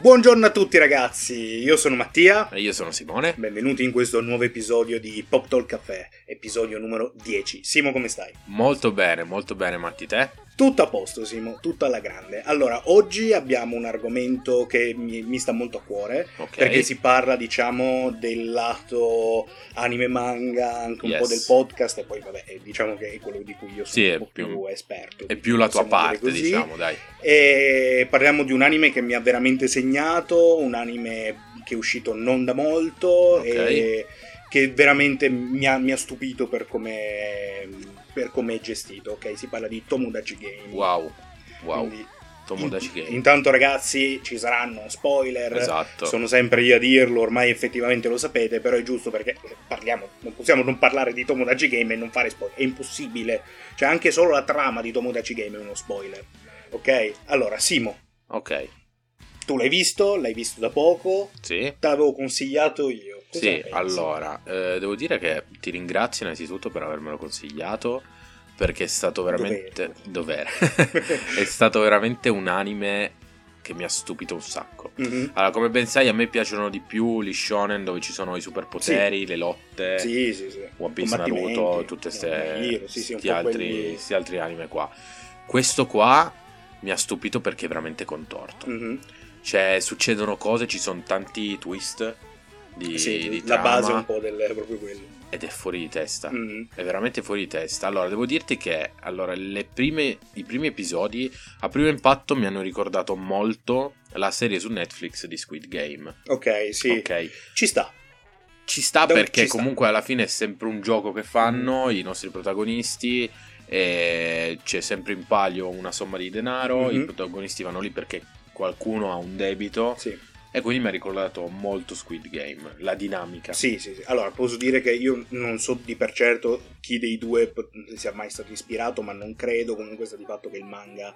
Buongiorno a tutti ragazzi, io sono Mattia, E Eh, io sono Simone. benvenuti in questo nuovo episodio di Pop Talk Café, episodio numero 10. Simo come stai? Molto bene, molto bene, Matti. Te? Tutto a posto Simo, tutto alla grande. Allora, oggi abbiamo un argomento che mi, mi sta molto a cuore, Ok. perché si parla diciamo del lato anime manga, anche un Yes. po' del podcast e poi vabbè, diciamo che è quello di cui io sono Sì, è un po' più, più- esperto. È più la tua possiamo dire parte, così. diciamo, dai. E parliamo di un anime che mi ha veramente segnato, un anime che è uscito non da molto e che veramente mi ha, mi ha stupito per come, per come è gestito. Ok, si parla di Tomodachi Game. Wow, wow. Quindi, Tomodachi in- Game. Intanto, ragazzi, ci saranno spoiler. Esatto. Sono sempre io a dirlo, ormai effettivamente lo sapete, però è giusto perché eh, parliamo, non possiamo non parlare di Tomodachi Game e non fare spoiler, è impossibile. Cioè anche solo la trama di Tomodachi Game è uno spoiler. Ok? Allora, Simo, Ok, tu l'hai visto, l'hai visto da poco, sì. te l'avevo consigliato io. Cosa ne Sì, pensi? allora, eh, devo dire che ti ringrazio innanzitutto per avermelo consigliato, perché è stato veramente... Dovere. è stato veramente un anime che mi ha stupito un sacco. Mhm. Allora, come ben sai, a me piacciono di più gli shonen dove ci sono i superpoteri, le lotte, Sì, sì, sì. eh, One Piece, Combattimenti, Naruto, tutte One Hero, sì, sì, un questi po' altri, quelli- sti altri anime qua. Questo qua mi ha stupito perché è veramente contorto. Mhm. Cioè, succedono cose, ci sono tanti twist di, Sì, di la trama base un po' del, è proprio quello. ed è fuori di testa. Mhm. È veramente fuori di testa. Allora, devo dirti che allora, le prime- i primi episodi a primo impatto mi hanno ricordato molto la serie su Netflix di Squid Game. Ok, sì, Ok. ci sta. Ci sta Da- perché ci sta. Mm. comunque alla fine è sempre un gioco che fanno i nostri protagonisti e c'è sempre in palio una somma di denaro, Mhm. i protagonisti vanno lì perché qualcuno ha un debito Sì. e quindi mi ha ricordato molto Squid Game, la dinamica. Sì, sì, sì. Allora, posso dire che io non so di per certo chi dei due po- sia mai stato ispirato, ma non credo. Comunque sta di fatto che il manga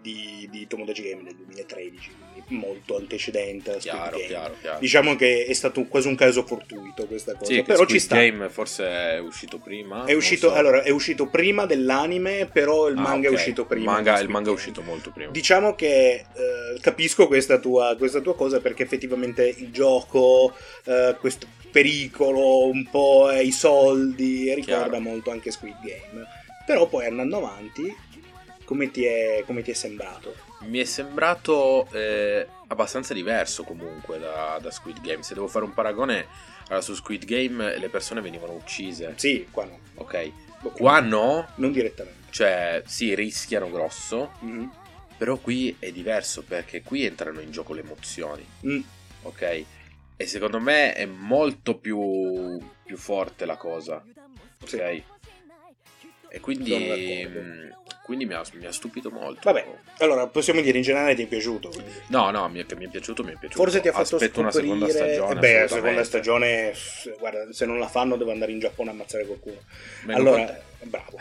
di, di Tomodachi Game è del 2013, quindi molto antecedente. a Squid Chiaro, Game. chiaro, chiaro. Diciamo che è stato quasi un caso fortuito questa cosa, Sì, che però Squid ci sta. Game forse è uscito prima. È uscito, non so. allora, è uscito prima dell'anime, però il Ah, manga ok. è uscito prima. Il manga, di il Squid manga è Game. uscito molto prima. Diciamo che eh, capisco questa tua, questa tua cosa perché effettivamente il gioco, eh, questo pericolo, un po' eh, i soldi, ricorda Chiaro. molto anche Squid Game. Però poi andando avanti, come ti è, come ti è sembrato? Mi è sembrato eh, abbastanza diverso comunque da, da Squid Game. Se devo fare un paragone, allora, su Squid Game le persone venivano uccise, Sì, qua no. ok? Ok. Qua no, Non direttamente. cioè si rischiano grosso, Mhm. però qui è diverso perché qui entrano in gioco le emozioni, Mm. ok? E secondo me è molto più, più forte la cosa, ok? Sì. E Sono quindi, mm, d'accordo. mh, quindi mi, ha, mi ha stupito molto. Vabbè, allora possiamo dire in generale ti è piaciuto. quindi. No, no, mi è, mi è piaciuto, mi è piaciuto. Forse ti ha fatto Aspetto una scoprire- seconda stagione. Eh Beh, la assolutamente. seconda stagione, pff, guarda, se non la fanno devo andare in Giappone a ammazzare qualcuno. Vengo allora, con bravo.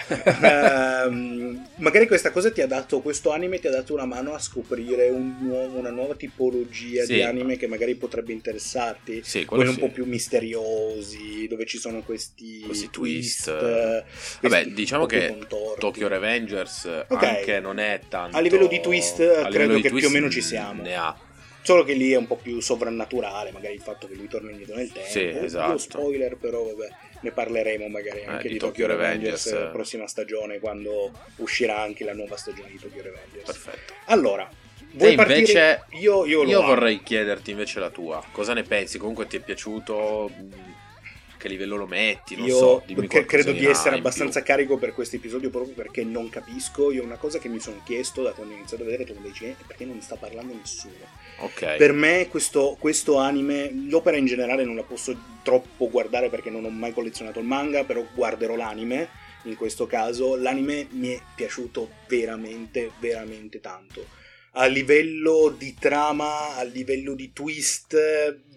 Ehm, magari questa cosa ti ha dato, questo anime ti ha dato una mano a scoprire un nuovo- una nuova tipologia Sì. di anime che magari potrebbe interessarti. te. sì, quello Quelli sì. un po' più misteriosi, dove ci sono questi, Questi twist. eh, questi Vabbè, diciamo un po' più che contorti. Tokyo Revengers Ok. anche non è tanto. A livello di twist, a livello credo di che più twist o meno ci siamo. Ne ha. Solo che lì è un po' più sovrannaturale, magari il fatto che lui torna indietro nel tempo. Sì, Oddio, esatto. Eh, spoiler, però vabbè, ne parleremo magari anche di di Tokyo Tokyo Revengers Revengers, eh, prossima stagione, quando uscirà anche la nuova stagione di Tokyo Revengers. Perfetto. Allora, Te vuoi invece. partire? Io, io lo amo. vorrei chiederti invece la tua. Cosa ne pensi? Comunque ti è piaciuto? Mh, Che livello lo metti? Non Io so. dimmi che- qualcosina credo di essere in più. abbastanza carico per questo episodio proprio perché non capisco. Io una cosa che mi sono chiesto da quando ho iniziato a vedere Tom Dicen è perché non sta parlando nessuno. Ok. Per me questo, questo anime, l'opera in generale non la posso troppo guardare perché non ho mai collezionato il manga, però guarderò l'anime in questo caso. L'anime mi è piaciuto veramente, veramente tanto. A livello di trama, a livello di twist,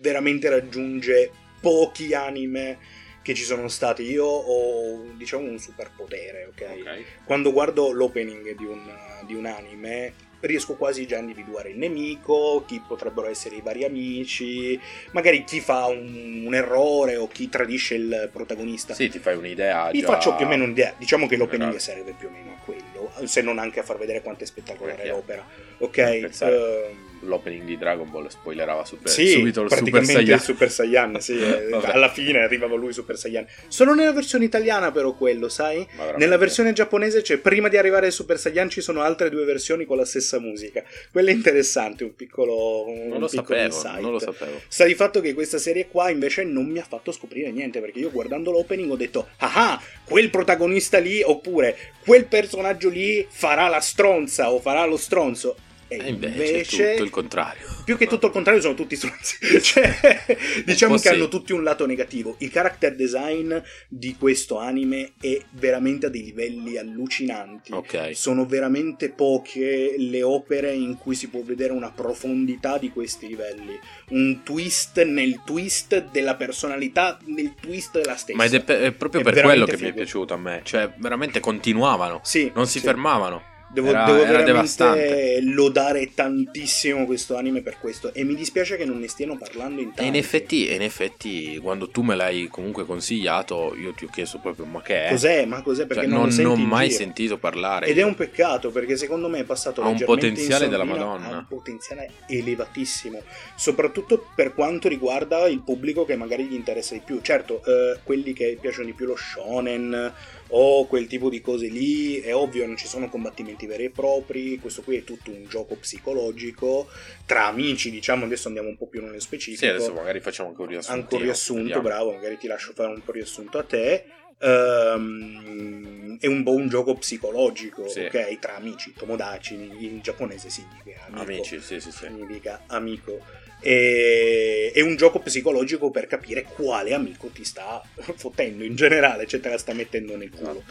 veramente raggiunge pochi anime che ci sono stati. Io ho, diciamo, un superpotere, ok? Ok. quando guardo l'opening di un, di un anime riesco quasi già a individuare il nemico, chi potrebbero essere i vari amici, magari chi fa un, un errore o chi tradisce il protagonista. Sì, ti fai un'idea. Mi già- Esatto. faccio più o meno un'idea, diciamo che l'opening Generale. serve più o meno a quello, se non anche a far vedere quanto è spettacolare Perché? l'opera. Ok, Pensare. ehm, L'opening di Dragon Ball spoilerava super- sì, subito il Super praticamente Saiyan. il Super Saiyan, sì, eh, Vabbè. alla fine arrivava lui Super Saiyan. Solo nella versione italiana però quello, sai? Ma veramente. Nella versione giapponese c'è prima di arrivare al Super Saiyan ci sono altre due versioni con la stessa musica. Quello è interessante, un piccolo un non piccolo lo sapevo, insight. non lo sapevo. Sta di fatto che questa serie qua invece non mi ha fatto scoprire niente perché io guardando l'opening ho detto ah ah, quel protagonista lì oppure quel personaggio lì farà la stronza o farà lo stronzo. E E invece, invece, è tutto il contrario. più che tutto il contrario sono tutti stronzi. Cioè, diciamo po' che sì. hanno tutti un lato negativo. Il character design di questo anime è veramente a dei livelli allucinanti. Ok. Sono veramente poche le opere in cui si può vedere una profondità di questi livelli. Un twist nel twist della personalità, nel twist della stessa. Ma ed è, pe- è proprio È per quello veramente che mi è figo. piaciuto a me. Cioè, veramente continuavano. Sì, Non si sì. fermavano. Devo, Era- devo era veramente devastante. lodare tantissimo questo anime per questo. E mi dispiace che non ne stiano parlando in tanti. E in effetti, e in effetti, quando tu me l'hai comunque consigliato, io ti ho chiesto proprio ma che è. Cos'è? Ma cos'è? Perché Eh. Cioè, non, non lo senti ne ho in mai giro. sentito parlare. Ed è un peccato perché secondo me è passato Ha un leggermente in potenziale della sordina, Madonna. Ha un potenziale elevatissimo, soprattutto per quanto riguarda il pubblico che magari gli interessa di più. Certo, eh, quelli che piacciono di più lo shonen o quel tipo di cose lì, è ovvio, non ci sono combattimenti veri e propri, questo qui è tutto un gioco psicologico tra amici, diciamo, adesso andiamo un po' più nello specifico. Sì, adesso magari facciamo anche un riassunto. Anche un riassunto, Vediamo. bravo, magari ti lascio fare un po' riassunto a te. Ehm, è un po' un gioco psicologico, Sì. ok? Tra amici, tomodachi, in, in giapponese significa amico. Amici, sì, sì, sì. Significa amico. E- è un gioco psicologico per capire quale amico ti sta fottendo in generale, cioè te la sta mettendo nel culo.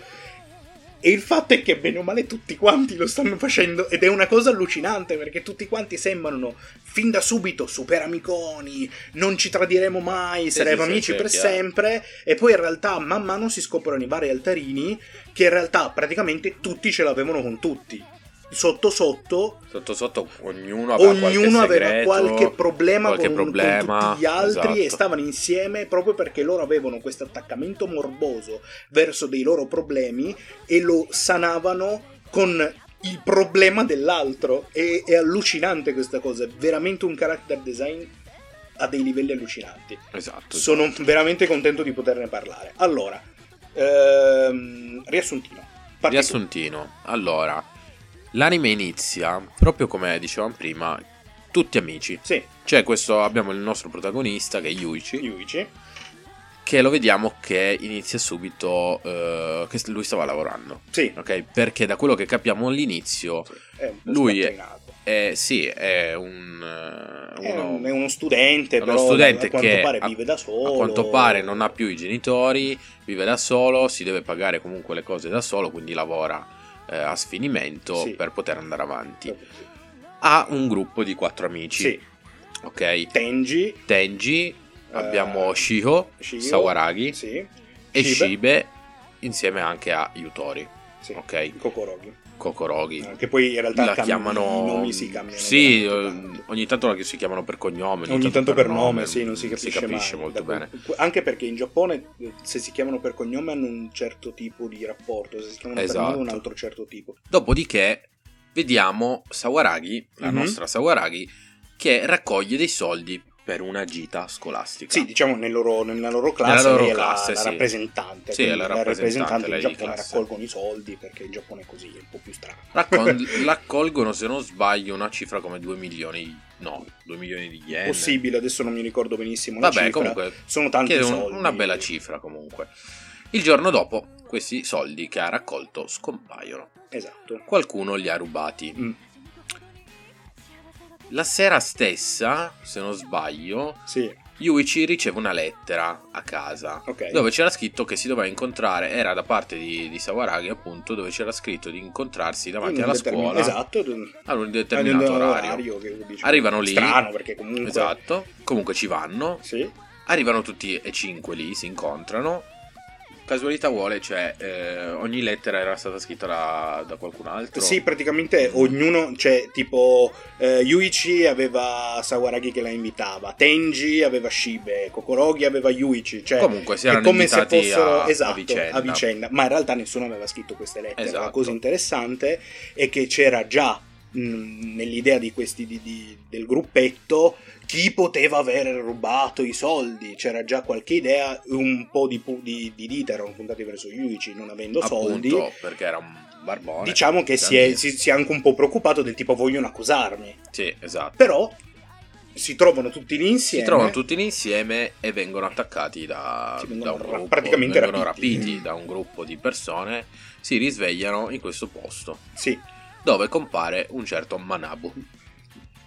E il fatto è che bene o male tutti quanti lo stanno facendo ed è una cosa allucinante perché tutti quanti sembrano fin da subito super amiconi, non ci tradiremo mai, Sì, saremo sì, sì, amici sì, per chiaro. sempre e poi in realtà man mano si scoprono i vari altarini che in realtà praticamente tutti ce l'avevano con tutti. Sotto sotto Sotto sotto ognuno aveva ognuno qualche aveva segreto, qualche problema, qualche con, con problema, tutti gli altri e esatto. stavano insieme proprio perché loro avevano questo attaccamento morboso verso dei loro problemi e lo sanavano con il problema dell'altro. E, è allucinante questa cosa, è veramente un character design a dei livelli allucinanti. Esatto. Sono veramente contento di poterne parlare. Allora, ehm, riassuntino. Parti tu. Riassuntino. Allora, l'anime inizia proprio come dicevamo prima, tutti amici. Sì, Cioè, questo abbiamo il nostro protagonista che è Yuichi, Yuichi. che lo vediamo che inizia subito eh, che lui stava lavorando. Sì, Ok? Perché da quello che capiamo all'inizio è un po' Lui è- spaccinato. eh, sì, è un eh, È, uno- un, è uno studente, uno però studente a quanto che pare a- vive da solo. a quanto pare non ha più i genitori, vive da solo, si deve pagare comunque le cose da solo, quindi lavora eh, a sfinimento Sì. per poter andare avanti. Sì. Ha un gruppo di quattro amici, ok? Tenji, Tenji, Eh, abbiamo Shiho, Shio, Sawaragi sì, e Shiba, Shibe, insieme anche a Yutori, sì, ok? Kokorogi, Kokorogi. che poi in realtà La cambi- chiamano... Eh, i nomi si cambiano. Sì, veramente eh, tanto. ogni tanto la- si chiamano per cognome. Ogni tanto, per nome, sì, non si capisce, mai. molto Da- bene. Anche perché in Giappone, eh, se si chiamano per cognome, hanno un certo tipo di rapporto, se si chiamano per Esatto. nome, un altro certo tipo. Dopodiché vediamo Sawaragi, la Mhm. nostra Sawaragi, che raccoglie dei soldi per una gita scolastica. Sì, diciamo nel loro- nella loro classe, Nella loro lei è la- classe, la, sì. rappresentante. Sì, è quindi la la rappresentante rappresentante, in lei di Giappone classe. raccolgono i soldi perché il Giappone è così, è un po' più strano. Raccol- raccolgono, se non sbaglio, una cifra come 2 milioni, no, 2 milioni di Oh, yen. possibile, adesso non mi ricordo benissimo la Eh, Vabbè, cifra. comunque, sono tanti che è un- soldi. una bella cifra comunque. Il giorno dopo, questi soldi che ha raccolto scompaiono. Esatto. Qualcuno li ha rubati. Mm. La sera stessa, se non sbaglio, Sì, Yuichi riceve una lettera a casa. ok. dove c'era scritto che si doveva incontrare, era da parte di, di Sawaragi appunto, dove c'era scritto di incontrarsi davanti In un alla determin- scuola Esatto. a un determinato orario. che dici- Arrivano lì. Strano perché comunque... Esatto, comunque ci vanno, Sì, arrivano tutti e cinque lì, si incontrano, Casualità vuole, cioè, eh, ogni lettera era stata scritta da, da qualcun altro. Sì, praticamente ognuno, cioè, tipo eh, Yuichi aveva Sawaragi che la invitava, Tenji aveva Shibe, Kokorogi aveva Yuichi, cioè Comunque si è erano come se invitati fossero a, esatto, a vicenda. ma in realtà nessuno aveva scritto queste lettere. La Esatto. cosa interessante è che c'era già mh, nell'idea di questi di- di- del gruppetto chi poteva aver rubato i soldi, c'era già qualche idea, un po' di, pu- di, di dita erano puntati verso Yuichi non avendo soldi. Appunto, perché era un barbone. Diciamo che si è, si- si è anche un po' preoccupato del tipo vogliono accusarmi, Sì, esatto. però si trovano tutti lì Si insieme. trovano tutti lì insieme e vengono attaccati da, Sì, vengono da un ra- gruppo. praticamente vengono rapiti. rapiti. da un gruppo di persone. Si risvegliano in questo posto Sì, dove compare un certo Manabu.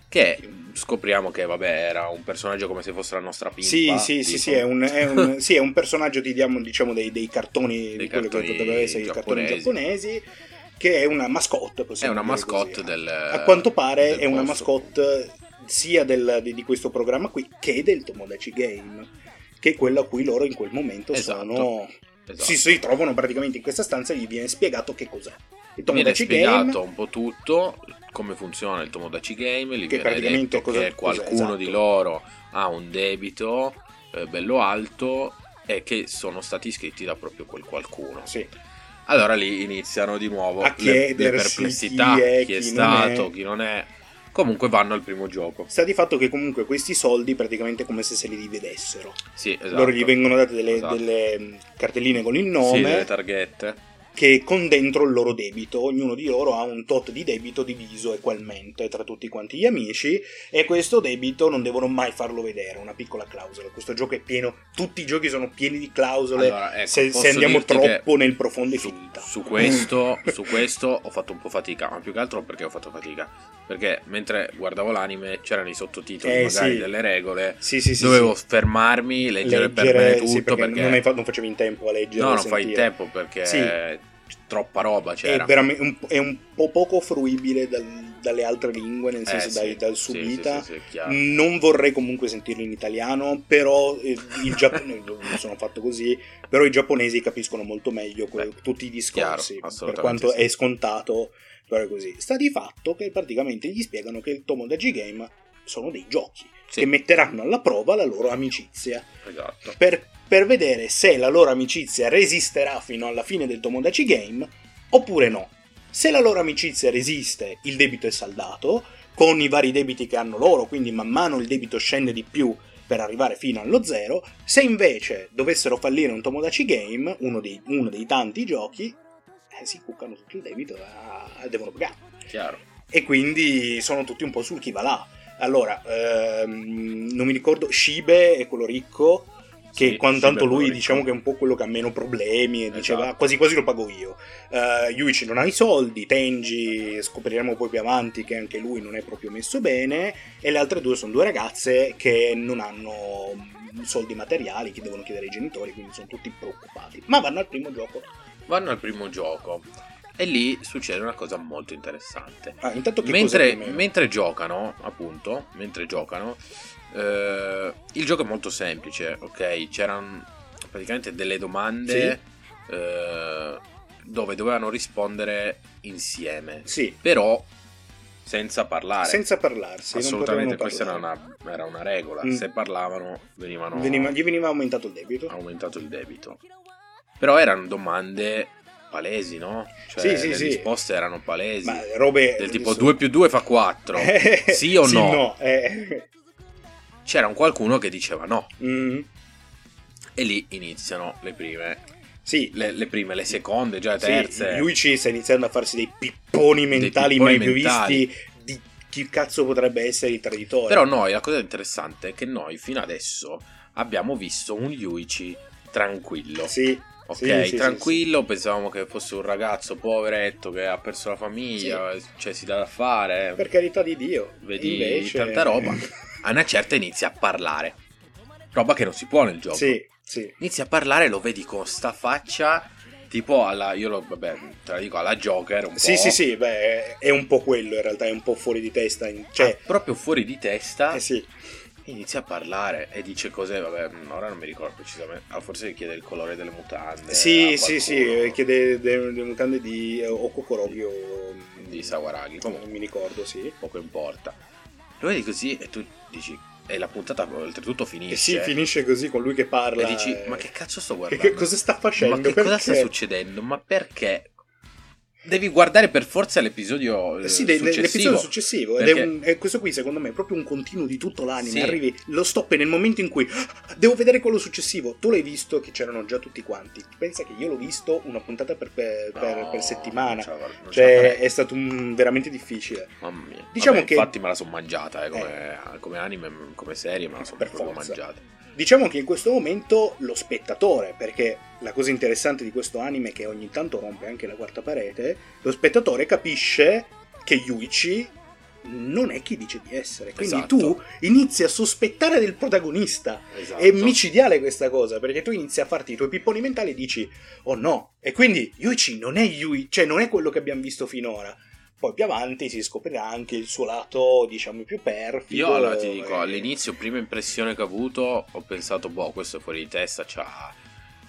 Che scopriamo che, vabbè, era un personaggio come se fosse la nostra pimpa. Sì, sì, sì, tipo. sì, è un, è un- sì, è un personaggio di, diamo- diciamo, dei, dei cartoni, di quello che cartoni doveva essere i cartoni giapponesi. giapponesi, che è una mascotte. È possiamo una dire mascotte così. eh. del. A quanto pare del è una posto. mascotte sia del- di, di questo programma qui che del Tomodachi Game, che è quello a cui loro in quel momento Esatto, sono... Esatto. Si, si trovano praticamente in questa stanza e gli viene spiegato che cos'è. Il viene Tomodachi spiegato Game... un po' tutto come funziona il Tomodachi Game, gli Che viene praticamente detto cosa- che qualcuno cos'è, esatto. di loro ha un debito eh, bello alto e che sono stati iscritti da proprio quel qualcuno. Sì. Allora lì iniziano di nuovo A le- le, chiedersi perplessità, chi chi è, è, chi non è. stato, chi non è. Comunque vanno al primo gioco. Sta di fatto che comunque questi soldi praticamente è come se se li dividessero. Sì, esatto. Loro gli vengono date delle, Esatto. delle, mh, cartelline con il Sì, nome delle targhette. che con dentro il loro debito. Ognuno di loro ha un tot di debito diviso equalmente tra tutti quanti gli amici e questo debito non devono mai farlo vedere, una piccola clausola. Questo gioco è pieno, tutti i giochi sono pieni di clausole. Allora, ecco, se, se posso andiamo dirti che- troppo nel profondo Mm. e su, finta. su questo, su questo ho fatto un po' fatica, ma più che altro perché ho fatto fatica. Perché mentre guardavo l'anime c'erano i sottotitoli, Eh, magari sì. delle regole. Sì, sì, sì. Dovevo sì. fermarmi, leggere, per Leggere, bene tutto sì, perché, perché, Non, hai fa- non facevi in tempo a leggere. no, a non fai in sentire. tempo perché Sì. Eh, c'è troppa roba è, c'era. veramente un, è un po' poco fruibile dal- dalle altre lingue, nel Eh, senso sì, dai- dal Mm, sì, sì, subita. sì, sì, è chiaro. Non vorrei comunque sentirlo in italiano, però eh, il giapponese sono fatto così, però i giapponesi capiscono molto meglio que- Beh, tutti i discorsi, chiaro, per assolutamente quanto sì. è scontato, però è così. Sta di fatto che praticamente gli spiegano che il Tomodachi Game sono dei giochi Sì, che metteranno alla prova la loro amicizia esatto. per, per vedere se la loro amicizia resisterà fino alla fine del Tomodachi Game oppure no. Se la loro amicizia resiste, il debito è saldato, con i vari debiti che hanno loro, quindi man mano il debito scende di più per arrivare fino allo zero. Se invece dovessero fallire un Tomodachi Game, uno dei, uno dei tanti giochi, eh, si cuccano tutto il debito e eh, devono pagare Chiaro. e quindi sono tutti un po' sul chi va là. Allora, ehm, non mi ricordo, Shibe è quello ricco, che Sì, quando tanto Shiba lui Corico. diciamo che è un po' quello che ha meno problemi e diceva Esatto. quasi quasi lo pago io. Eh, Yuichi non ha i soldi, Tenji scopriremo poi più avanti che anche lui non è proprio messo bene e le altre due sono due ragazze che non hanno mm, soldi materiali che devono chiedere ai genitori, quindi sono tutti preoccupati, ma vanno al primo gioco. Vanno al primo gioco e lì succede una cosa molto interessante. Ah, intanto che cos'è mentre, più o meno? mentre giocano, appunto, mentre giocano, eh, il gioco è molto semplice, ok? C'erano praticamente delle domande eh, dove dovevano rispondere insieme, Sì, però senza parlare. senza parlarsi, non Assolutamente, potevano questa era parlare. una, era una regola. Mm. Se parlavano, venivano Veniva- gli veniva aumentato il debito. aumentato il debito. Però erano domande palesi, no? Sì, Cioè, sì, le sì. risposte erano palesi. Ma robe del tipo adesso- 2 più 2 fa 4. Sì o no? eh. C'era un qualcuno che diceva no. Mm. E lì iniziano le prime, Sì, le, le prime, le seconde, già le sì, terze. Yuichi sta iniziando a farsi dei pipponi mentali pipponi mai più mentali. visti di chi cazzo potrebbe essere il traditore. Però noi, la cosa interessante è che noi fino adesso abbiamo visto un Yuichi tranquillo. Sì, Ok, Sì, sì, tranquillo, pensavamo che fosse un ragazzo poveretto che ha perso la famiglia, cioè si dà da fare. per carità di Dio. Vedi Invece- tanta roba. A una certa inizia a parlare, roba che non si può nel gioco. sì, sì. Inizia a parlare, lo vedi con sta faccia, tipo alla, io lo, vabbè, te la dico, alla Joker un Sì, po'. sì, sì, beh, è un po' quello in realtà, è un po' fuori di testa. in- Cioè, Ah, proprio fuori di testa eh sì. inizia a parlare e dice cose, vabbè, ora non mi ricordo precisamente, ah, forse chiede il colore delle mutande. Sì, a sì, eh, qualcuno. sì, chiede delle mutande di eh, o Kokorogi o Di Sawaragi, Come comunque non mi ricordo, sì. poco importa. Lo vedi così e tu dici, e la puntata oltretutto E finisce. Eh sì, finisce così con lui che parla. E dici, eh, ma che cazzo sto che- guardando? che cosa sta facendo? Ma che cosa sta Perché? succedendo? Ma perché? Devi guardare per forza l'episodio eh, Sì, de- de- successivo. l'episodio successivo. Ed è Perché- un- è questo qui, secondo me, è proprio un continuo di tutto l'anime. Sì. Arrivi, lo stop e nel momento in cui "Ah, devo vedere quello successivo. Tu l'hai visto, che c'erano già tutti quanti. Pensa che io l'ho visto una puntata per, per- No, per- per settimana. non ce la guardo- non ce la Cioè, farei. è stato un- veramente difficile. Mamma mia. Diciamo Vabbè, che- Infatti me la sono mangiata, eh, come, come anime, come serie, me la sono Per proprio forza. mangiata. Diciamo che in questo momento lo spettatore, perché la cosa interessante di questo anime, che ogni tanto rompe anche la quarta parete, lo spettatore capisce che Yuichi non è chi dice di essere. Quindi Esatto. tu inizi a sospettare del protagonista. Esatto. È micidiale questa cosa, perché tu inizi a farti i tuoi pipponi mentali e dici, oh no, e quindi Yuichi non è Yui, cioè non è quello che abbiamo visto finora. Poi più avanti si scoprirà anche il suo lato, diciamo, più perfido. Eh, Io allora ti dico, e- all'inizio, prima impressione che ho avuto, ho pensato, boh, questo è fuori di testa, c'ha...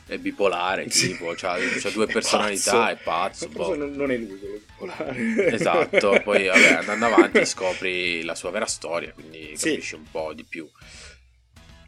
è bipolare, Sì. tipo, c'ha, c'ha due È personalità, è pazzo. pazzo, boh. Forse non, non è lui quello popolare. Esatto, poi vabbè, andando avanti scopri la sua vera storia, quindi Sì. capisci un po' di più.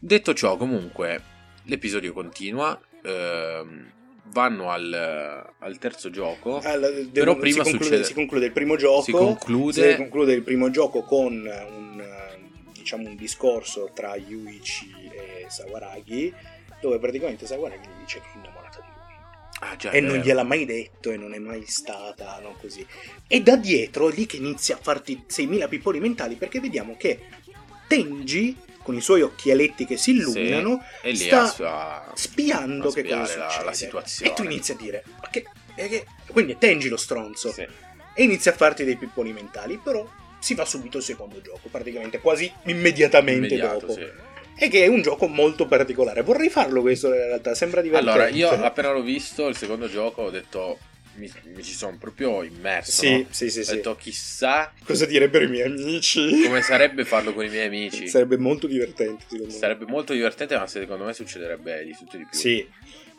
Detto ciò, comunque, l'episodio continua, ehm, vanno al, al terzo gioco, Ah, la- de- Però si prima conclude, succede- si conclude il primo gioco. si si conclude, conclude il primo gioco con un, eh, diciamo, un discorso tra Yuichi e Sawaragi, dove praticamente Sawaragi gli dice che è innamorata di lui. Ah, già, e è non vero. gliel'ha mai detto e non è mai stata, no, così. E da dietro è lì che inizia a farti 6.000 pipponi mentali perché vediamo che Tenji, con i suoi occhialetti che si illuminano, e lì sta a sua- spiando a che cosa spiare la- succede. la situazione. E tu inizi a dire, ma che... e che- Quindi tengi lo stronzo Sì. e inizi a farti dei pipponi mentali, però si fa subito il secondo gioco, praticamente quasi immediatamente Immediato, dopo. sì. E che è un gioco molto particolare. Vorrei farlo questo in realtà, sembra divertente. Cioè, Allora, io appena l'ho visto, il secondo gioco, ho detto, mi, mi ci sono proprio immerso, Sì, no? sì, sì, Ho sì. detto, chissà Cosa direbbero i miei amici? come sarebbe farlo con i miei amici. Sarebbe molto divertente, secondo me. Sarebbe molto divertente, ma secondo me succederebbe di tutto e di più. Sì.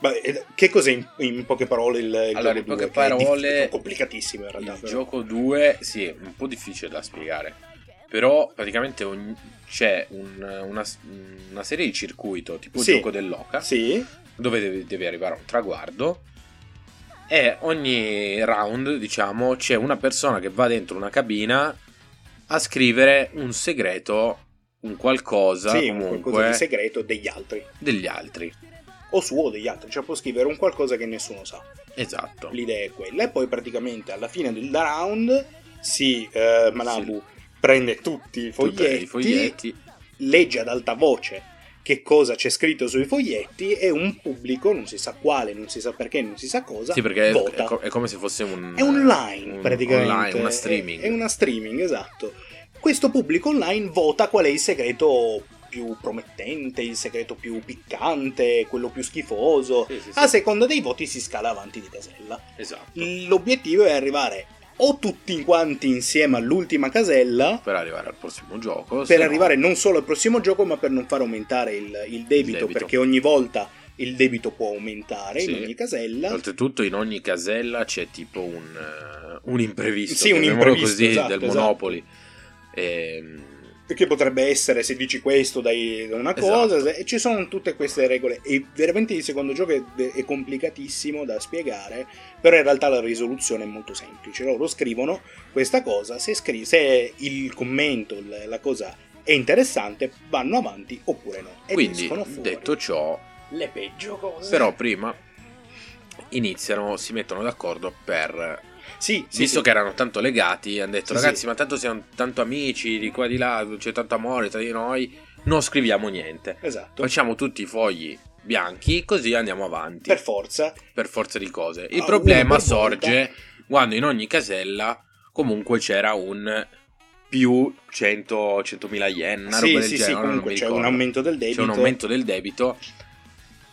Ma eh, che cos'è in, in poche parole il, il Allora, gioco in poche due? Che è diff- parole- è complicatissimo in realtà. Il però. gioco 2, sì, è un po' difficile da spiegare, però praticamente ogni- c'è un- una, una serie di circuito, tipo Sì. il gioco dell'oca, Sì, dove devi, devi arrivare a un traguardo e ogni round, diciamo, c'è una persona che va dentro una cabina a scrivere un segreto, un qualcosa sì un qualcosa comunque di segreto degli altri. degli altri. O suo o degli altri, cioè può scrivere un qualcosa che nessuno sa. Esatto. L'idea è quella. E poi praticamente alla fine del round si eh, Manabu prende tutti i Tutti foglietti, i foglietti. legge ad alta voce che cosa c'è scritto sui foglietti e un pubblico, non si sa quale, non si sa perché, non si sa cosa, Sì, perché è, vota. è co- è come se fosse un. È online un- praticamente. online, una È- streaming. È, una streaming, esatto. Questo pubblico online vota qual è il segreto più promettente, il segreto più piccante, quello più schifoso. Sì, sì, sì. A seconda dei voti si scala avanti di casella. Esatto. L'obiettivo è arrivare o tutti quanti insieme all'ultima casella Per arrivare al prossimo gioco. se per no- arrivare non solo al prossimo gioco, ma per non far aumentare il, il debito, debito. perché ogni volta il debito può aumentare Sì. in ogni casella. Oltretutto, in ogni casella c'è tipo un, eh, un imprevisto. Sì, un chiamiamolo imprevisto, così, esatto, del esatto. Monopoli. Ehm, Che potrebbe essere se dici questo dai da una Esatto. cosa, se- e ci sono tutte queste regole. E veramente il secondo gioco è, è complicatissimo da spiegare, però in realtà la risoluzione è molto semplice. Loro scrivono questa cosa, se, scri- se il commento, l- la cosa è interessante, vanno avanti oppure no. Ed quindi, escono fuori detto ciò, le peggio cose. però prima iniziano, si mettono d'accordo per. sì, sì, visto sì. che erano tanto legati, hanno detto: Sì, Ragazzi, sì. ma tanto siamo tanto amici di qua e di là, c'è tanto amore tra di noi. Non scriviamo niente. Esatto. Facciamo tutti i fogli bianchi, così andiamo avanti. per forza. per forza di cose. Il Ah, problema uno per sorge quando in ogni casella comunque c'era un più 100, 100.000 yen, una roba sì, del sì, genere. sì, ora non comunque mi c'è ricordo. un aumento del C'è debito. un aumento del debito.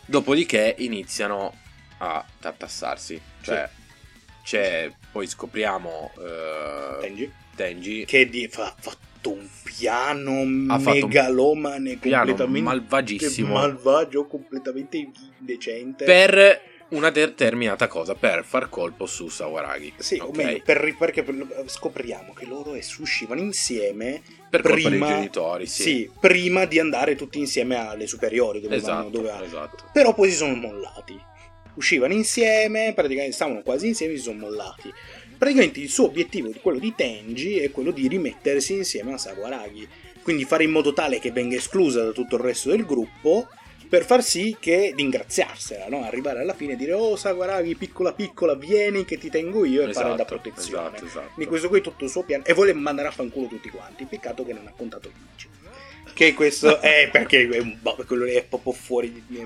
Dopodiché iniziano a tartassarsi. Cioè, c'è, poi scopriamo eh, Tenji, Tenji che di- fa, fa fatto un piano Ha fatto un megalomane Piano completamente malvagissimo malvagio, completamente indecente. per una determinata cosa, per far colpo su Sawaragi. Sì, ok? o meglio, per ri- perché per- scopriamo che loro e Sushi vanno insieme, per colpa prima- dei genitori, sì. sì, prima di andare tutti insieme alle superiori dove vanno, esatto, dove- esatto. Però poi si sono mollati. Uscivano insieme, praticamente stavano quasi insieme, si sono mollati. Praticamente il suo obiettivo, quello di Tenji, è quello di rimettersi insieme a Saguaraghi. Quindi fare in modo tale che venga esclusa da tutto il resto del gruppo per far sì che di ingraziarsela, no? arrivare alla fine e dire oh Saguaraghi piccola piccola vieni che ti tengo io e fare da protezione. esatto, esatto. Di questo qui è tutto il suo piano e vuole mandare a fanculo tutti quanti. Peccato che non ha contato Luigi. Che questo è perché è un- boh, quello lì è proprio fuori, di- è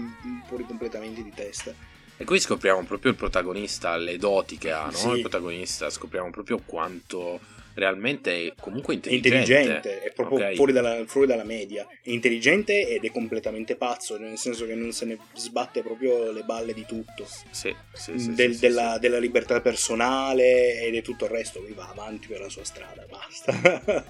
fuori completamente di testa. E qui scopriamo proprio il protagonista, le doti che ha, no? Sì. Il protagonista, scopriamo proprio quanto realmente è comunque È intelligente. intelligente, è proprio ok? fuori, dalla, fuori dalla media. È intelligente ed è completamente pazzo, nel senso che non se ne sbatte proprio le balle di tutto. Sì, sì, sì, Del- sì, sì, della, della libertà personale ed è tutto il resto, lui va avanti per la sua strada, basta.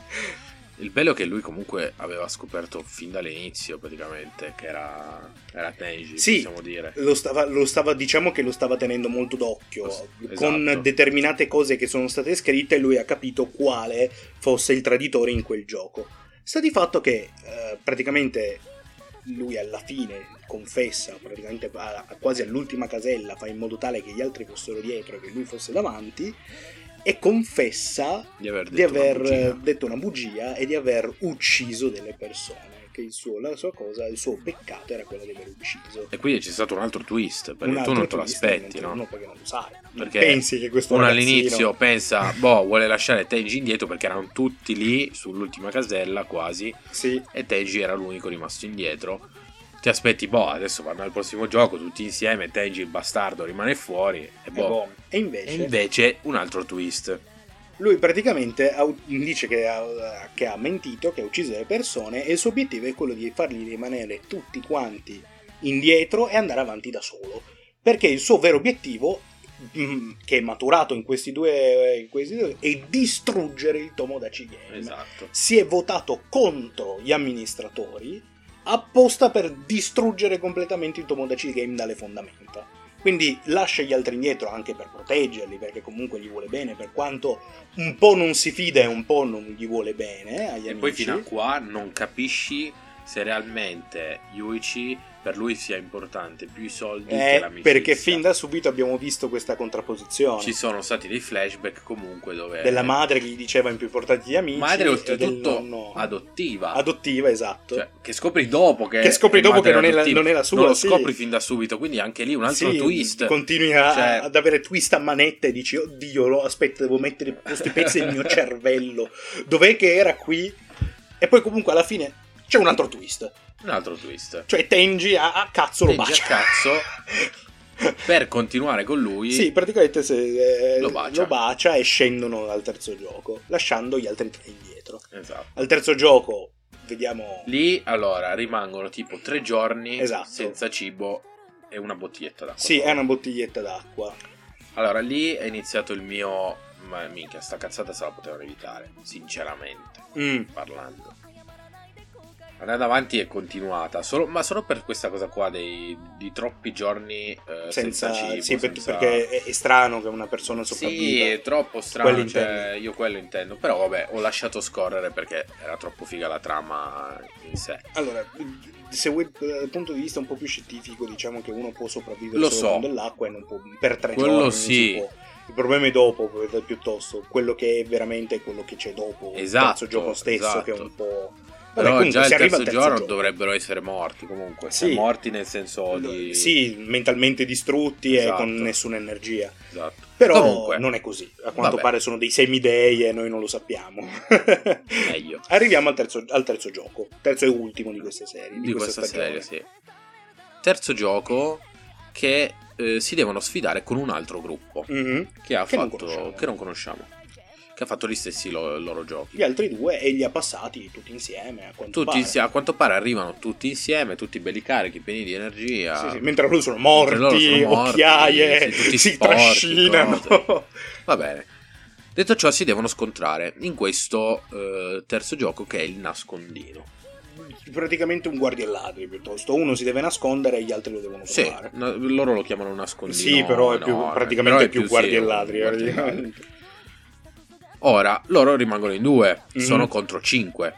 sì. Il bello è che lui comunque aveva scoperto fin dall'inizio praticamente che era, era Tenji, Sì. possiamo dire. lo stava, lo stava- diciamo che lo stava tenendo molto d'occhio. Esatto. Con determinate cose che sono state scritte, lui ha capito quale fosse il traditore in quel gioco. Sta di fatto che eh, praticamente lui alla fine confessa, praticamente a- a- quasi all'ultima casella, fa in modo tale che gli altri fossero dietro e che lui fosse davanti, e confessa Di aver detto di una aver bugia. eh, detto una bugia e di aver ucciso delle persone. Che il suo- la sua cosa, il suo peccato era quello di aver ucciso E qui c'è stato un altro twist, perché un tu altro non te turista, l'aspetti, non no? te- perché non lo sai. Non Perché pensi che questo Uno ragazzino- all'inizio pensa, boh, vuole lasciare Tenji indietro perché erano tutti lì sull'ultima casella quasi Sì, e Tenji era l'unico rimasto indietro. Ti aspetti, boh, adesso vanno al prossimo gioco tutti insieme, Tenji il bastardo rimane fuori e è boh. buono. E invece, E invece un altro twist. lui praticamente ha- dice che ha, che ha mentito, che ha ucciso delle persone e il suo obiettivo è quello di fargli rimanere tutti quanti indietro e andare avanti da solo. Perché il suo vero obiettivo, mm, che è maturato in questi due, in questi due è distruggere il Tomodachi Game. Esatto. si è votato contro gli amministratori apposta per distruggere completamente il Tomodachi Game dalle fondamenta. Quindi lascia gli altri indietro anche per proteggerli, perché comunque gli vuole bene, per quanto un po' non si fida e un po' non gli vuole bene eh, agli E amici. poi fino a qua non capisci se realmente Yuichi per lui sia importante più i soldi che Eh, l'amicizia. perché fin da subito abbiamo visto questa contrapposizione ci sono stati dei flashback comunque dove della madre che gli diceva i più importanti gli amici madre e del oltretutto nonno adottiva, adottiva, esatto. Cioè, che scopri dopo che, Che scopri è dopo madre che non è la- adottiva. non è la sua, lo sì. scopri fin da subito quindi anche lì un altro Sì, twist Continui a- Cioè- ad avere twist a manetta e dici, oddio, lo, aspetta, devo mettere questi pezzi nel mio cervello. Dov'è che era qui? E poi comunque alla fine c'è un altro twist. un altro twist Cioè Tenji a, a cazzo lo Tenji a bacia. cazzo. per continuare con lui Sì, praticamente se, eh, Lo bacia. e scendono al terzo gioco, lasciando gli altri tre indietro. esatto Al terzo gioco vediamo... lì allora rimangono tipo tre giorni Esatto. senza cibo e una bottiglietta d'acqua Sì, è una bottiglietta d'acqua. allora lì è iniziato il mio ma minchia sta cazzata se la potevano evitare sinceramente Mm. parlando. Andando avanti è continuata, solo- ma solo per questa cosa qua dei, di troppi giorni eh, senza, Senza, cibo. sì, per- senza- perché è, è strano che una persona Sì, sopravviva. è troppo strano, Quello cioè, intendo. io quello intendo, però vabbè, ho lasciato scorrere perché era troppo figa la trama in sé. Allora, se vuoi dal punto di vista un po' più scientifico, diciamo che uno può sopravvivere Lo solo so. con dell'acqua e non può per tre Quello giorni non sì. si può. Il problema è dopo, pi- piuttosto, quello che è veramente quello che c'è dopo, Esatto, il terzo gioco stesso esatto. che è un po' Vabbè, Però comunque, già il si arriva terzo, al terzo giorno gioco. dovrebbero essere morti comunque, Sì. morti nel senso di... sì, mentalmente distrutti Esatto. e con nessuna energia. Esatto. Però Comunque. non è così, a quanto Vabbè. pare sono dei semidei e noi non lo sappiamo. Meglio. Arriviamo al terzo, al terzo gioco, terzo e ultimo di questa serie, di, di questa, stagione. serie, sì. Terzo gioco che eh, si devono sfidare con un altro gruppo. Mhm. che ha Che non fatto conosciamo. che non conosciamo che ha fatto gli stessi lo- loro giochi gli altri due e li ha passati tutti insieme. A quanto tutti pare. insie- a quanto pare arrivano tutti insieme tutti belli carichi pieni di Ah, energia Sì, sì, mentre loro sono morti, Mentre loro sono morti, occhiaie, sì, tutti si sporchi, trascinano. cose. va bene Detto ciò, si devono scontrare in questo eh, terzo gioco che è il nascondino. Praticamente un guardia e ladri piuttosto. Uno si deve nascondere e gli altri lo devono Sì, trovare. no- loro lo chiamano nascondino. Sì, però è no, più, no, però praticamente è più, eh. sì, guardia e un ladri. guardia e praticamente. ladri. Ora, loro rimangono in due, Mhm. sono contro cinque.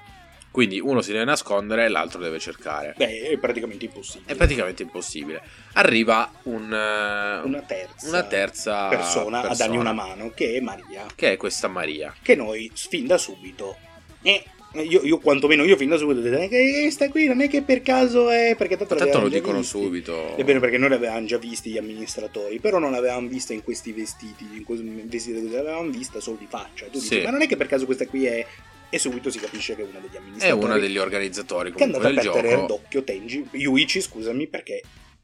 Quindi uno si deve nascondere e l'altro deve cercare. Beh, è praticamente impossibile. È praticamente impossibile. Arriva un, eh, una terza, una terza persona, a dargli persona, una mano, che è Maria, Che è questa Maria. che noi fin da subito... Eh, io, io quantomeno io fin da subito dico, eh, sta qui non è che per caso è perché tanto, Tanto lo l'avevamo già dicono visti". subito. È vero perché noi l'avevamo già visti gli amministratori, però non l'avevamo vista in questi vestiti, in questo vestito così, l'avevamo vista solo di faccia. Tu dici, Sì. ma non è che per caso questa qui è... E subito si capisce che è una degli È amministratori. uno degli organizzatori che è andato comunque a del perdere il gioco. d'occhio Tenji, Yuichi scusami perché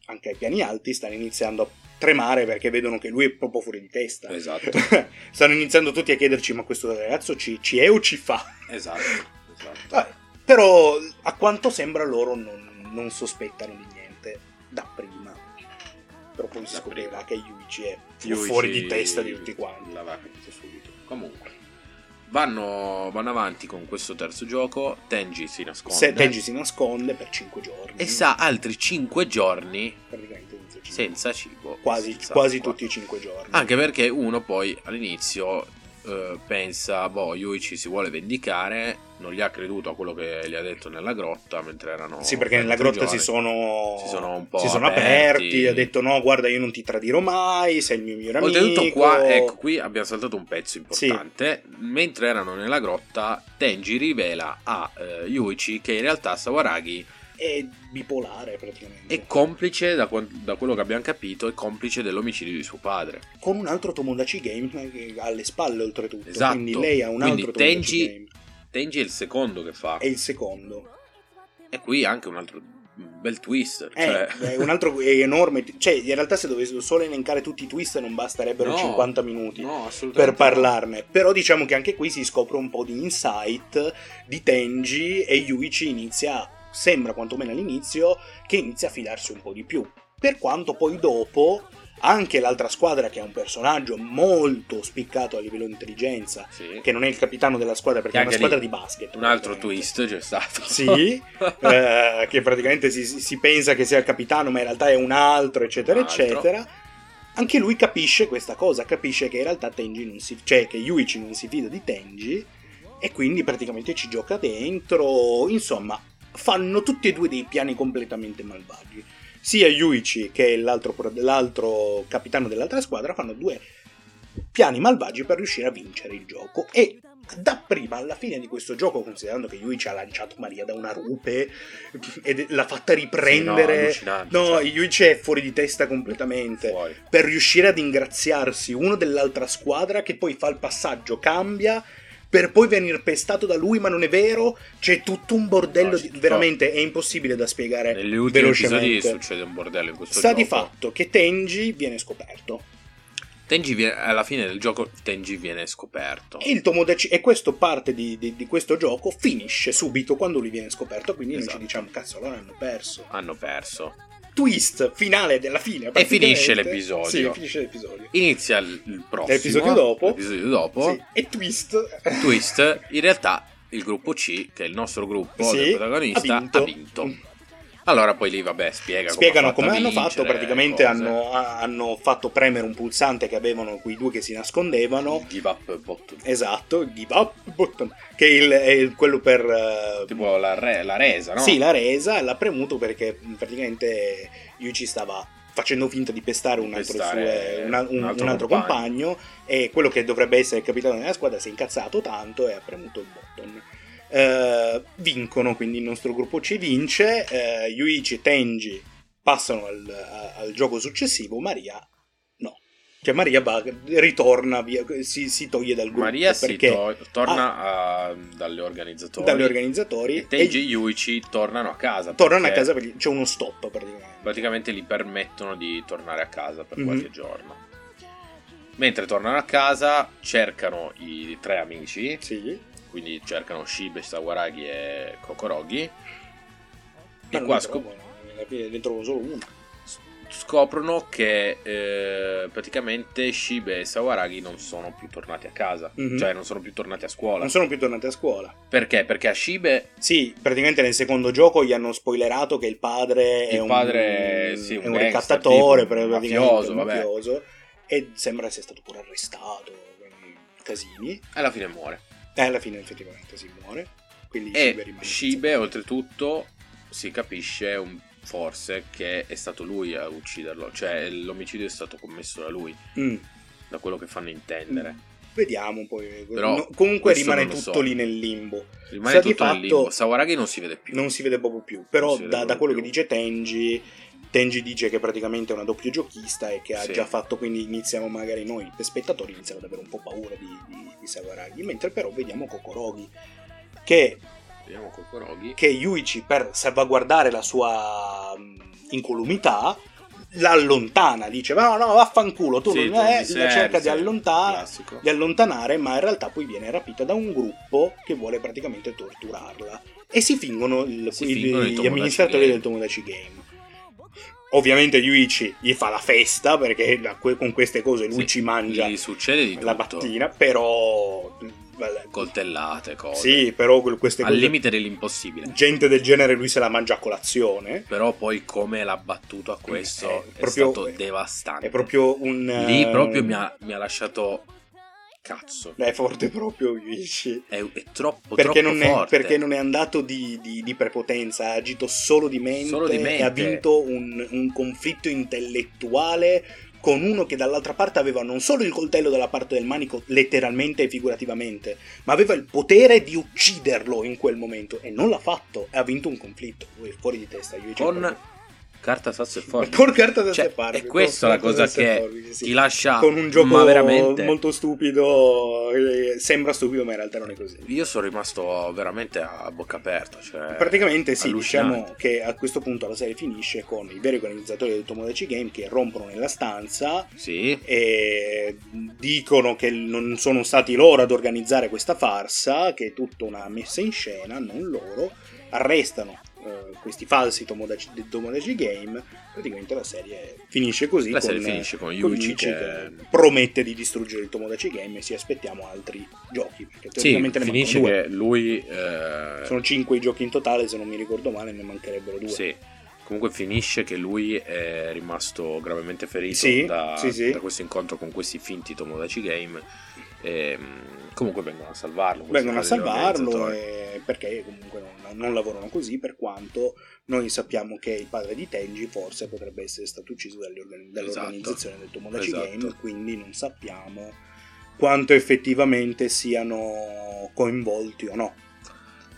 anche ai piani alti stanno iniziando a tremare perché vedono che lui è proprio fuori di testa Esatto, stanno iniziando tutti a chiederci ma questo ragazzo ci, ci è o ci fa esatto, esatto. Vabbè, però a quanto sembra loro non, non sospettano di niente da prima però poi si Da scoprirà prima. che Yuichi è fu- Yuichi fuori di testa di tutti quanti L'aveva capito subito. Comunque. Vanno, vanno avanti con questo terzo gioco. Tenji si nasconde. se Tenji si nasconde per 5 giorni E sa altri 5 giorni praticamente senza cibo. senza cibo. quasi, senza quasi acqua. tutti i 5 giorni Anche perché uno poi all'inizio eh, pensa, boh, Yuichi si vuole vendicare, non gli ha creduto a quello che gli ha detto nella grotta mentre erano... Sì, perché nella altri grotta giorni. si sono, si sono un po' si sono aperti. aperti. ha detto no, guarda, io non ti tradirò mai, sei il mio migliore amico. Oltretutto qua, ecco, qui abbiamo saltato un pezzo importante. Mentre erano nella grotta, Tenji rivela a eh, Yuichi che in realtà Sawaragi È bipolare praticamente. è complice, da, quan- da quello che abbiamo capito, è complice dell'omicidio di suo padre. Con un altro Tomodachi Game eh, alle spalle oltretutto. Esatto. Quindi lei ha un Quindi altro Tomodachi Tenji- Game. Tenji è il secondo che fa. È il secondo. E qui anche un altro mm, bel twist. Eh, Cioè... è un altro è enorme. Cioè, in realtà se dovessero solo elencare tutti i twist non basterebbero No, 50 minuti. No, assolutamente per no. parlarne. Però diciamo che anche qui si scopre un po' di insight di Tenji e Yuichi inizia, sembra quantomeno all'inizio, che inizia a fidarsi un po' di più. Per quanto poi dopo anche l'altra squadra, che è un personaggio molto spiccato a livello di intelligenza, Sì. che non è il capitano della squadra perché Che è una anche squadra lì, di basket. Un altro praticamente. twist c'è stato. Sì, eh, che praticamente si, si pensa che sia il capitano, ma in realtà è un altro, eccetera, Un altro. eccetera. Anche lui capisce questa cosa, capisce che in realtà Tenji non si, cioè che Yuichi non si fida di Tenji e quindi praticamente ci gioca dentro. Insomma, fanno tutti e due dei piani completamente malvagi. Sia Yuichi che l'altro, pro- l'altro capitano dell'altra squadra fanno due piani malvagi per riuscire a vincere il gioco e dapprima alla fine di questo gioco considerando che Yuichi ha lanciato Maria da una rupe e l'ha fatta riprendere Sì, no, allucinante, no, cioè, Yuichi è fuori di testa completamente fuori. per riuscire ad ingraziarsi uno dell'altra squadra che poi fa il passaggio, cambia per poi venire pestato da lui, ma non è vero, c'è tutto un bordello, No, di- sì, veramente è impossibile da spiegare Negli ultimi episodi Eh, velocemente. succede un bordello in questo Sta gioco. di fatto che Tenji viene scoperto Tenji viene- alla fine del gioco Tenji viene scoperto. e, il Tomodachi, e questo parte di, di- di questo gioco finisce subito quando lui viene scoperto, quindi noi Esatto. ci diciamo cazzo allora hanno perso. Hanno perso. Twist finale della fine. E praticamente. finisce l'episodio. Sì, finisce l'episodio. Inizia il, il prossimo. L'episodio dopo. l'episodio dopo. Sì, E twist. Twist. In realtà il gruppo C, che è il nostro gruppo Sì, del protagonista, ha vinto. Allora poi lì vabbè spiega come spiegano ha fatto a come hanno fatto vincere, praticamente cose. hanno, ha- hanno fatto premere un pulsante che avevano quei due che si nascondevano Il give up bottom. esatto il give up button che è, il- è il- quello per eh, Tipo la, re- la resa, no? sì la resa e l'ha premuto perché mh, praticamente Yuichi stava facendo finta di pestare un altro, Pestare suo- una- un, un altro un altro compagno. e quello che dovrebbe essere il capitano della squadra si è incazzato tanto e ha premuto il button Eh, vincono quindi il nostro gruppo C vince eh, Yuichi e Tenji passano al, a- al gioco successivo Maria no cioè Maria va- ritorna via, si, si toglie dal gruppo Maria si perché to- torna a- dalle organizzatori. dagli organizzatori E Tenji e Yuichi tornano a casa. tornano a perché casa perché c'è uno stop praticamente Praticamente gli permettono di tornare a casa per Mhm. qualche giorno. Mentre tornano a casa, cercano i tre amici. Sì. Quindi cercano Shibe, Sawaragi e Kokorogi. Ma E non eh. qua ne scop- trovano, alla fine ne trovo solo uno. scoprono che eh, praticamente Shibe e Sawaragi non sono più tornati a casa, Mhm. cioè non sono più tornati a scuola. Non sono più tornati a scuola. Perché? Perché a Shibe Sì, praticamente nel secondo gioco gli hanno spoilerato che il padre è Il un, padre, sì, è un un gangster, ricattatore, tipo, un praticamente, mafioso, un vabbè. mafioso, e sembra sia stato pure arrestato, quindi casini. alla fine muore. E alla fine effettivamente si muore. Quindi Shibe E rimane Shibe, oltretutto, si capisce un- forse che è stato lui a ucciderlo, cioè l'omicidio è stato commesso da lui, Mm. da quello che fanno intendere. Vediamo poi. Però No, comunque questo rimane non lo tutto so. lì nel limbo. Rimane Sa di tutto nel fatto- limbo. Sawaragi non si vede più. Non si vede proprio più. Non Però si vede da, da proprio quello più. che dice Tenji, Tenji dice che praticamente è una doppio giochista e che ha Sì. già fatto, quindi iniziamo magari noi, gli spettatori, iniziano ad avere un po' paura di, di, di Sawaragi. Mentre però vediamo Kokorogi, che, Vediamo Kokorogi. che Yuichi per salvaguardare la sua mh, incolumità la allontana, dice "Ma no no vaffanculo, tu Sì, non è", Tony la cerca Serse, di allontanare, classico. di allontanare, ma in realtà poi viene rapita da un gruppo che vuole praticamente torturarla. E si fingono, il- Si i- fingono il gli Tomodachi amministratori Game. del Tomodachi Game. Ovviamente Yuichi gli fa la festa perché da que- con queste cose lui Sì, ci mangia Gli succede di tutto. la mattina, però... Coltellate, cose. Sì, però quel- queste Al cose... limite dell'impossibile. Gente del genere lui se la mangia a colazione. Però poi come l'ha battuto a questo Eh, è, proprio- stato eh, devastante. È proprio un... Lì eh, proprio mi ha, mi ha lasciato... Cazzo. È forte proprio Yuichi. È, è troppo, perché, troppo non è, forte. perché non è andato di, di- di prepotenza, ha agito solo di mente, Solo di e ha mente. vinto un, un conflitto intellettuale con uno che dall'altra parte aveva non solo il coltello dalla parte del manico, letteralmente e figurativamente, ma aveva il potere di ucciderlo in quel momento e non l'ha fatto e ha vinto un conflitto. Lui è fuori di testa, Yuichi Con è carta, sasso e fuori- forbice. con carta da Cioè, separare. è questa la cosa che Ti lascia... con un gioco Ma veramente... molto stupido, eh, sembra stupido, ma in realtà non è così. Io sono rimasto veramente a bocca aperta. Cioè... Praticamente sì, allucinante. diciamo che a questo punto la serie finisce con i veri organizzatori del Tomodachi Game che rompono nella stanza Sì. e dicono che non sono stati loro ad organizzare questa farsa, che è tutta una messa in scena, non loro, arrestano eh, questi falsi Tomodachi, del Tomodachi Game, praticamente la serie finisce così La serie con, eh, finisce con con Yuichi Yuichi che... che promette di distruggere il Tomodachi Game e si aspettiamo altri giochi, perché Sì, teoricamente ne mancano finisce due. che lui... eh, Sono 5 i giochi in totale, se non mi ricordo male, ne mancherebbero due. Sì. Comunque finisce che lui è rimasto gravemente ferito Sì, da, sì, sì. da questo incontro con questi finti Tomodachi Game. E, mh, comunque vengono a salvarlo. questi Vengono a qua degli salvarlo organizzatori. eh, perché comunque non, non lavorano così, per quanto noi sappiamo che il padre di Tenji forse potrebbe essere stato ucciso dagli organi- dall'organizzazione del Tomodachi Esatto. Game, quindi non sappiamo quanto effettivamente siano coinvolti o no.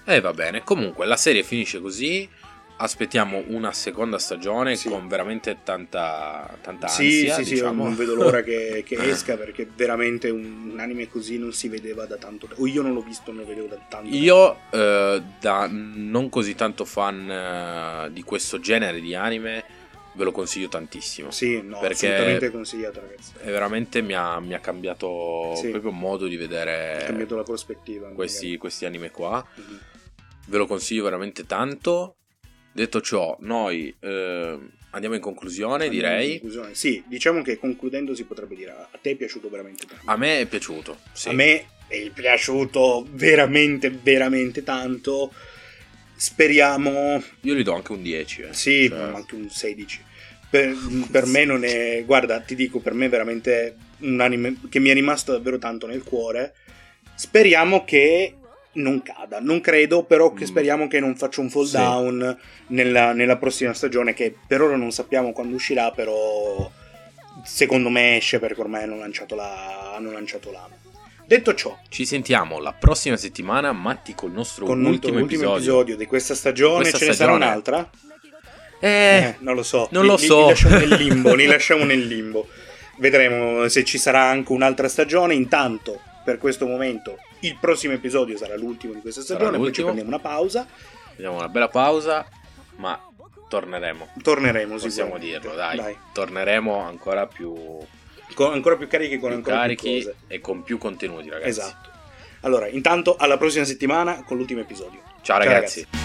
E va bene. Comunque la serie finisce così. Aspettiamo una seconda stagione Sì. con veramente tanta, tanta sì, ansia. sì, sì, io diciamo. non vedo l'ora che, che esca perché veramente un, un anime così non si vedeva da tanto tempo. O io non l'ho visto, non lo vedevo da tanto tempo. Io, eh, da non così tanto fan eh, di questo genere di anime, ve lo consiglio tantissimo. Sì, no, Perché- assolutamente consigliato, ragazzi. E veramente mi ha, mi ha cambiato Sì. proprio modo di vedere Ha cambiato la prospettiva. Eh, questi, questi anime qua. magari. Mhm. Ve lo consiglio veramente tanto. Detto ciò, noi eh, andiamo in conclusione, Andiamo in direi. conclusione. Sì, diciamo che concludendo si potrebbe dire a te è piaciuto veramente tanto. A me è piaciuto. sì. A me è piaciuto veramente, veramente tanto. Speriamo, Io gli do anche un 10. eh. sì, Cioè, ma anche un 16. Per, per me non è, guarda, ti dico, per me è veramente un anime che mi è rimasto davvero tanto nel cuore. Speriamo che non cada, non credo, però che Mm. speriamo che non faccia un fall Sì. down nella, nella prossima stagione, che per ora non sappiamo quando uscirà, però secondo me esce perché ormai hanno lanciato la, hanno lanciato l'amo. Detto ciò, Ci sentiamo la prossima settimana, Matti, col nostro con ultimo, l'ultimo episodio. episodio. di questa stagione Questa ce ne sarà stagione. un'altra? Eh, Eh, non lo so. non li, lo li- so. Li lasciamo nel limbo, li lasciamo nel limbo. Vedremo se ci sarà anche un'altra stagione. Intanto, per questo momento, il prossimo episodio sarà l'ultimo di questa Sarà stagione. Poi ci l'ultimo. prendiamo una pausa. Abbiamo una bella pausa, ma torneremo. Torneremo, Possiamo sicuramente. dirlo, dai. Torneremo ancora più, Con- ancora più carichi con più ancora più carichi cose. e con più contenuti, ragazzi. Esatto. Allora, intanto, alla prossima settimana con l'ultimo episodio. Ciao ragazzi. ragazzi.